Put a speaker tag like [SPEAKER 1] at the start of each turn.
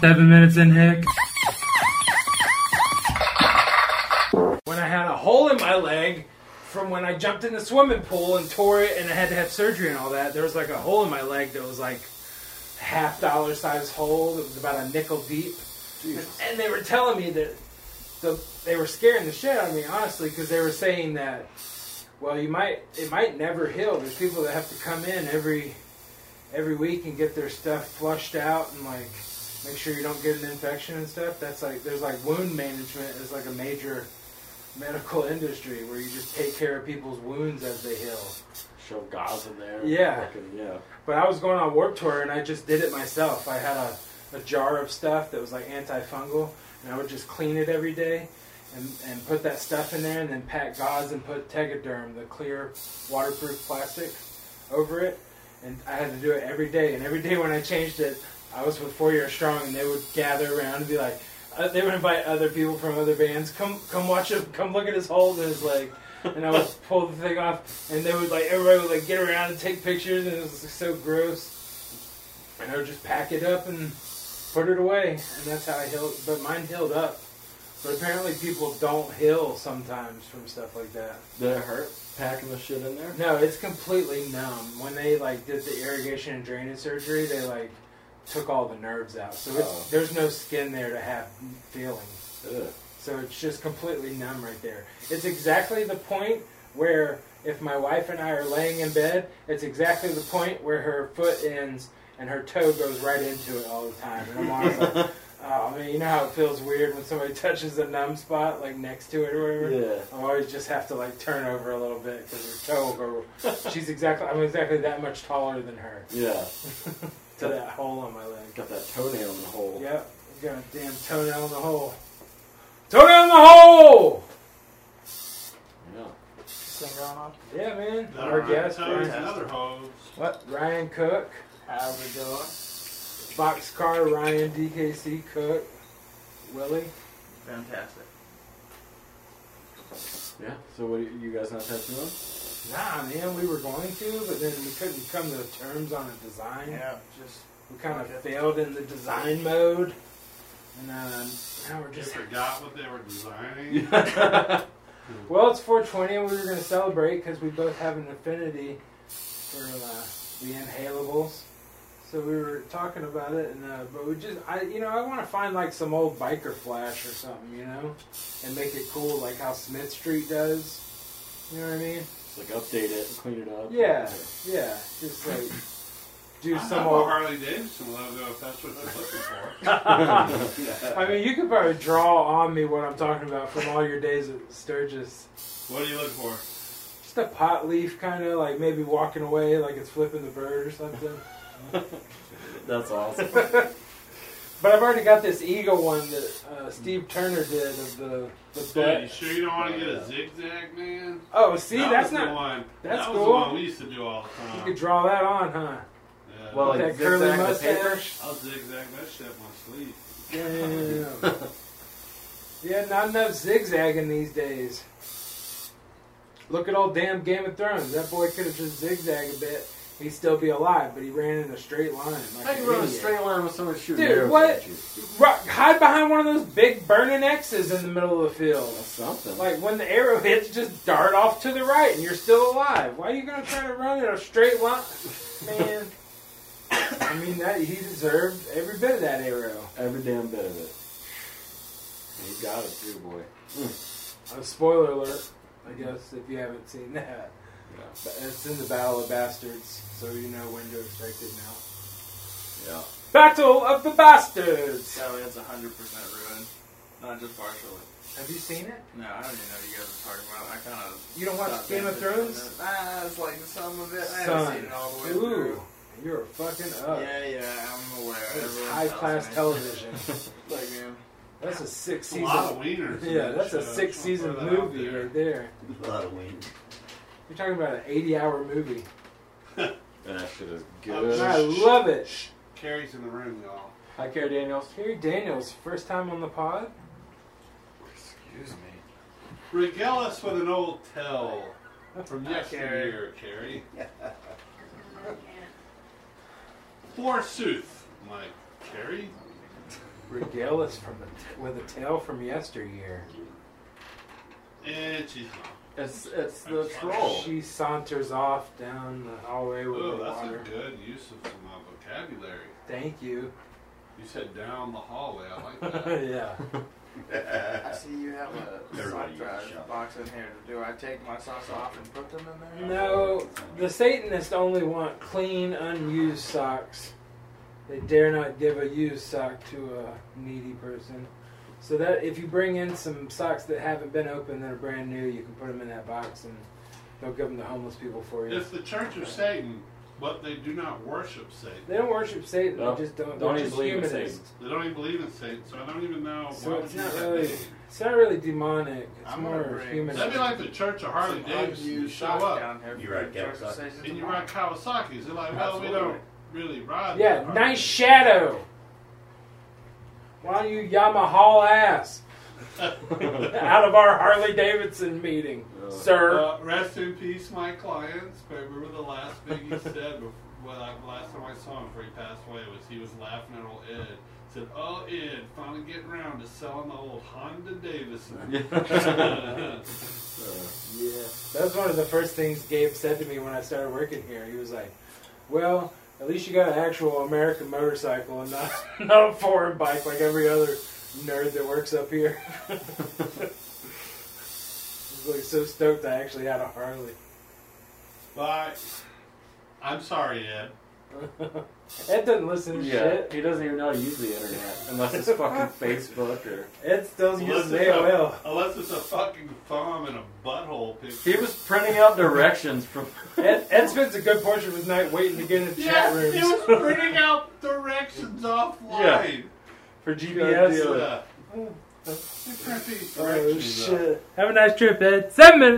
[SPEAKER 1] Seven minutes in, Hick. When I had a hole in my leg from when I jumped in the swimming pool and tore it, and I had to have surgery and all that, there was like a hole in my leg that was like half dollar size hole that was about a nickel deep. And they were telling me that the, they were scaring the shit out of me, honestly, because they were saying that, well, you might it might never heal. There's people that have to come in every every week and get their stuff flushed out and like make sure you don't get an infection and stuff. That's like there's like wound management is like a major medical industry where you just take care of people's wounds as they heal.
[SPEAKER 2] Show gauze in there.
[SPEAKER 1] Yeah.
[SPEAKER 2] Fucking, yeah.
[SPEAKER 1] But I was going on Warp Tour and I just did it myself. I had a, a jar of stuff that was like antifungal and I would just clean it every day and, and put that stuff in there and then pack gauze and put Tegaderm, the clear waterproof plastic, over it. And I had to do it every day. And every day when I changed it, I was with Four Year Strong and they would gather around and be like, uh, they would invite other people from other bands, come come watch him, come look at his hole and his leg. And I would pull the thing off, and they would like everybody would like get around and take pictures, and it was so gross. And I would just pack it up and put it away, and that's how I healed. But mine healed up. But apparently, people don't heal sometimes from stuff like that.
[SPEAKER 2] Did it hurt packing the shit in there?
[SPEAKER 1] No, it's completely numb. When they like did the irrigation and drainage surgery, they like took all the nerves out, so
[SPEAKER 2] Oh.
[SPEAKER 1] it's, there's no skin there to have feeling.
[SPEAKER 2] Ugh.
[SPEAKER 1] So it's just completely numb right there. It's exactly the point where if my wife and I are laying in bed, it's exactly the point where her foot ends and her toe goes right into it all the time. And I'm always like, oh man, you know how it feels weird when somebody touches a numb spot like next to it or whatever.
[SPEAKER 2] Yeah.
[SPEAKER 1] I always just have to like turn over a little bit because her toe will go. She's exactly I'm exactly that much taller than her
[SPEAKER 2] Yeah.
[SPEAKER 1] to that hole on my leg.
[SPEAKER 2] Got that toenail in the hole.
[SPEAKER 1] Yep, got a damn toenail in the hole. Toenail in the hole.
[SPEAKER 2] Yeah.
[SPEAKER 3] Singer on.
[SPEAKER 1] Yeah, man.
[SPEAKER 4] That
[SPEAKER 1] Our guest,
[SPEAKER 4] Toes,
[SPEAKER 1] Ryan,
[SPEAKER 4] another hose.
[SPEAKER 3] What?
[SPEAKER 1] Ryan Cook,
[SPEAKER 3] How we doing?
[SPEAKER 1] Boxcar Ryan DKC Cook, Willie.
[SPEAKER 3] Fantastic.
[SPEAKER 2] Yeah. So what you- you guys not tattooing?
[SPEAKER 1] Nah, man, we were going to, but then we couldn't come to terms on a design.
[SPEAKER 3] Yeah, just
[SPEAKER 1] We kind of
[SPEAKER 3] Okay.
[SPEAKER 1] failed in the design mode, and uh, now we're
[SPEAKER 4] They
[SPEAKER 1] just.
[SPEAKER 4] forgot what they were designing.
[SPEAKER 2] Yeah.
[SPEAKER 1] Well, it's 420, and we were going to celebrate because we both have an affinity for uh, the inhalables. So we were talking about it, and uh, but we just, I, you know, I want to find like some old biker flash or something, you know, and make it cool, like how Smith Street does. You know what I mean?
[SPEAKER 2] Just like update it, clean it up.
[SPEAKER 1] Yeah, yeah, just like do
[SPEAKER 4] I have
[SPEAKER 1] some
[SPEAKER 4] a
[SPEAKER 1] old.
[SPEAKER 4] Harley Davidson logo if that's what they're looking
[SPEAKER 1] I mean, you could probably draw on me what I'm talking about from all your days at Sturgis.
[SPEAKER 4] for. What are you looking for?
[SPEAKER 1] Just a pot leaf, kind of like maybe walking away, like it's flipping the bird or something.
[SPEAKER 2] That's awesome.
[SPEAKER 1] But I've already got this eagle one that uh, Steve Turner did of the the
[SPEAKER 4] Dad, you
[SPEAKER 1] butt.
[SPEAKER 4] sure you don't want to get a zigzag, man?
[SPEAKER 1] Oh, see,
[SPEAKER 4] That
[SPEAKER 1] that's
[SPEAKER 4] was the
[SPEAKER 1] not.
[SPEAKER 4] one.
[SPEAKER 1] that's
[SPEAKER 4] that was
[SPEAKER 1] cool.
[SPEAKER 4] the one we used to do all the
[SPEAKER 1] You
[SPEAKER 4] time.
[SPEAKER 1] could draw that on, huh?
[SPEAKER 4] Yeah.
[SPEAKER 2] Well,
[SPEAKER 1] With
[SPEAKER 2] like
[SPEAKER 1] that curly
[SPEAKER 2] zigzag the paper?
[SPEAKER 1] mustache.
[SPEAKER 4] I'll zigzag that shit up my sleeve.
[SPEAKER 1] Damn. yeah, not enough zigzagging these days. Look at old damn Game of Thrones. That boy could have just zigzagged a bit. He'd still be alive, but he ran in a straight line. Like
[SPEAKER 2] I
[SPEAKER 1] an
[SPEAKER 2] can run a
[SPEAKER 1] idiot.
[SPEAKER 2] straight line with someone shooting
[SPEAKER 1] Dude,
[SPEAKER 2] arrows
[SPEAKER 1] what?
[SPEAKER 2] at you.
[SPEAKER 1] Ru- hide behind one of those big burning X's in the middle of the field.
[SPEAKER 2] That's something.
[SPEAKER 1] Like when the arrow hits, just dart off to the right, and you're still alive. Why are you gonna try to run in a straight line, man? I mean, that he deserved every bit of that arrow.
[SPEAKER 2] Every damn bit of it. And you got it too, boy.
[SPEAKER 1] A Uh, spoiler alert, I guess, if you haven't seen that.
[SPEAKER 2] Yeah.
[SPEAKER 1] But it's in the Battle of Bastards, so you know when to expect it now.
[SPEAKER 2] Yeah.
[SPEAKER 1] Battle of the Bastards.
[SPEAKER 3] Sally, that's hundred percent ruined. Not just partially.
[SPEAKER 1] Have you seen it?
[SPEAKER 3] No, I don't even know what you guys are talking about. I kind of.
[SPEAKER 1] You don't watch Game of Thrones?
[SPEAKER 3] Ah, it's like some of it. I haven't
[SPEAKER 1] Son,
[SPEAKER 3] seen it all the way
[SPEAKER 1] ooh,
[SPEAKER 3] through.
[SPEAKER 1] you're fucking up.
[SPEAKER 3] Yeah, yeah, I'm aware.
[SPEAKER 1] That's
[SPEAKER 3] Everyone
[SPEAKER 1] high
[SPEAKER 3] tells
[SPEAKER 1] class
[SPEAKER 3] me.
[SPEAKER 1] television.
[SPEAKER 3] Like, man.
[SPEAKER 1] That's a six
[SPEAKER 4] It's a lot
[SPEAKER 1] season.
[SPEAKER 4] of wieners. in
[SPEAKER 1] Yeah,
[SPEAKER 4] that
[SPEAKER 1] that's a
[SPEAKER 4] shit. I
[SPEAKER 1] six
[SPEAKER 4] just wanna
[SPEAKER 1] season
[SPEAKER 4] throw that out
[SPEAKER 1] movie
[SPEAKER 4] there.
[SPEAKER 1] right there.
[SPEAKER 5] A lot of wind.
[SPEAKER 1] You're talking about an 80 hour movie.
[SPEAKER 2] That shit is
[SPEAKER 1] And
[SPEAKER 4] good.
[SPEAKER 1] I love it.
[SPEAKER 4] Carrie's in the room, y'all.
[SPEAKER 2] Hi, Carrie Daniels.
[SPEAKER 1] Carrie Daniels, first time on the pod.
[SPEAKER 2] Excuse me.
[SPEAKER 4] Regale us with an old tell from
[SPEAKER 3] Hi,
[SPEAKER 4] yesteryear, Carrie. Forsooth. I'm like, Carrie?
[SPEAKER 1] Regale us from a, with a tale from yesteryear.
[SPEAKER 4] And she's gone.
[SPEAKER 2] It's it's the
[SPEAKER 4] That's
[SPEAKER 2] troll.
[SPEAKER 1] She saunters off down the hallway with
[SPEAKER 4] Oh,
[SPEAKER 1] the
[SPEAKER 4] that's
[SPEAKER 1] water.
[SPEAKER 4] a good use of some uh, vocabulary.
[SPEAKER 1] Thank you.
[SPEAKER 4] You said down the hallway. I like that.
[SPEAKER 1] yeah.
[SPEAKER 3] I see you have a
[SPEAKER 2] Everybody
[SPEAKER 3] sock
[SPEAKER 2] gets
[SPEAKER 3] drive
[SPEAKER 2] shot.
[SPEAKER 3] box in here. Do I take my socks off and put them in there?
[SPEAKER 1] No, the Satanists only want clean, unused socks. They dare not give a used sock to a needy person. So that if you bring in some socks that haven't been opened that are brand new, you can put them in that box and they'll give them to homeless people for you.
[SPEAKER 4] it's the Church of Satan, but they do not worship Satan.
[SPEAKER 1] They don't worship Satan.
[SPEAKER 2] No,
[SPEAKER 1] they just don't. they're
[SPEAKER 2] don't even
[SPEAKER 1] just
[SPEAKER 2] believe in Satan.
[SPEAKER 1] humanists.
[SPEAKER 4] They don't even believe in Satan, so I don't even know
[SPEAKER 1] So
[SPEAKER 4] why
[SPEAKER 1] it's
[SPEAKER 4] would you
[SPEAKER 1] not
[SPEAKER 4] say
[SPEAKER 1] really-
[SPEAKER 4] that.
[SPEAKER 1] It's not really demonic. It's
[SPEAKER 3] I'm gonna
[SPEAKER 1] more
[SPEAKER 3] bring-
[SPEAKER 1] humanist.
[SPEAKER 4] That'd be like the Church of Harley
[SPEAKER 3] Some
[SPEAKER 4] Davidson. You
[SPEAKER 3] unused
[SPEAKER 4] show
[SPEAKER 3] socks
[SPEAKER 4] up
[SPEAKER 3] down here
[SPEAKER 2] You
[SPEAKER 3] for
[SPEAKER 2] ride
[SPEAKER 3] the
[SPEAKER 2] Kawasaki.
[SPEAKER 3] conversation
[SPEAKER 4] and you
[SPEAKER 3] tomorrow.
[SPEAKER 4] ride Kawasaki's. They're like, well, we
[SPEAKER 3] Absolutely.
[SPEAKER 4] don't really ride.
[SPEAKER 1] Yeah,
[SPEAKER 4] that hard.
[SPEAKER 1] nice shadow. Why don't you Yamaha ass out of our Harley Davidson meeting,
[SPEAKER 2] Uh,
[SPEAKER 1] sir?
[SPEAKER 4] Uh, rest in peace, my clients. But remember the last thing he said before, well, I- last time I saw him before he passed away was he was laughing at old Ed. Said, "Oh, Ed, finally getting around to selling the old Honda Davidson."
[SPEAKER 2] Yeah. Uh, yeah.
[SPEAKER 1] that was one of the first things Gabe said to me when I started working here. He was like, "Well, at least you got an actual American motorcycle and not not a foreign bike like every other nerd that works up here." I was like so stoked I actually had a Harley.
[SPEAKER 4] but I'm sorry, Ed.
[SPEAKER 1] Ed doesn't listen to
[SPEAKER 2] Yeah,
[SPEAKER 1] shit.
[SPEAKER 2] he doesn't even know how to use the internet unless it's fucking Facebook or.
[SPEAKER 1] Ed still uses
[SPEAKER 4] it's
[SPEAKER 1] AOL.
[SPEAKER 4] a, unless it's a fucking thumb and a butthole picture.
[SPEAKER 2] He was printing out directions from.
[SPEAKER 1] Ed, Ed spends a good portion of his night waiting to get in the
[SPEAKER 4] Yes,
[SPEAKER 1] chat rooms.
[SPEAKER 4] he was printing out directions offline.
[SPEAKER 2] for
[SPEAKER 1] GPS.
[SPEAKER 4] Yeah. He printed
[SPEAKER 1] oh
[SPEAKER 4] directions out.
[SPEAKER 1] shit! Have a nice trip, Ed. Seven minutes.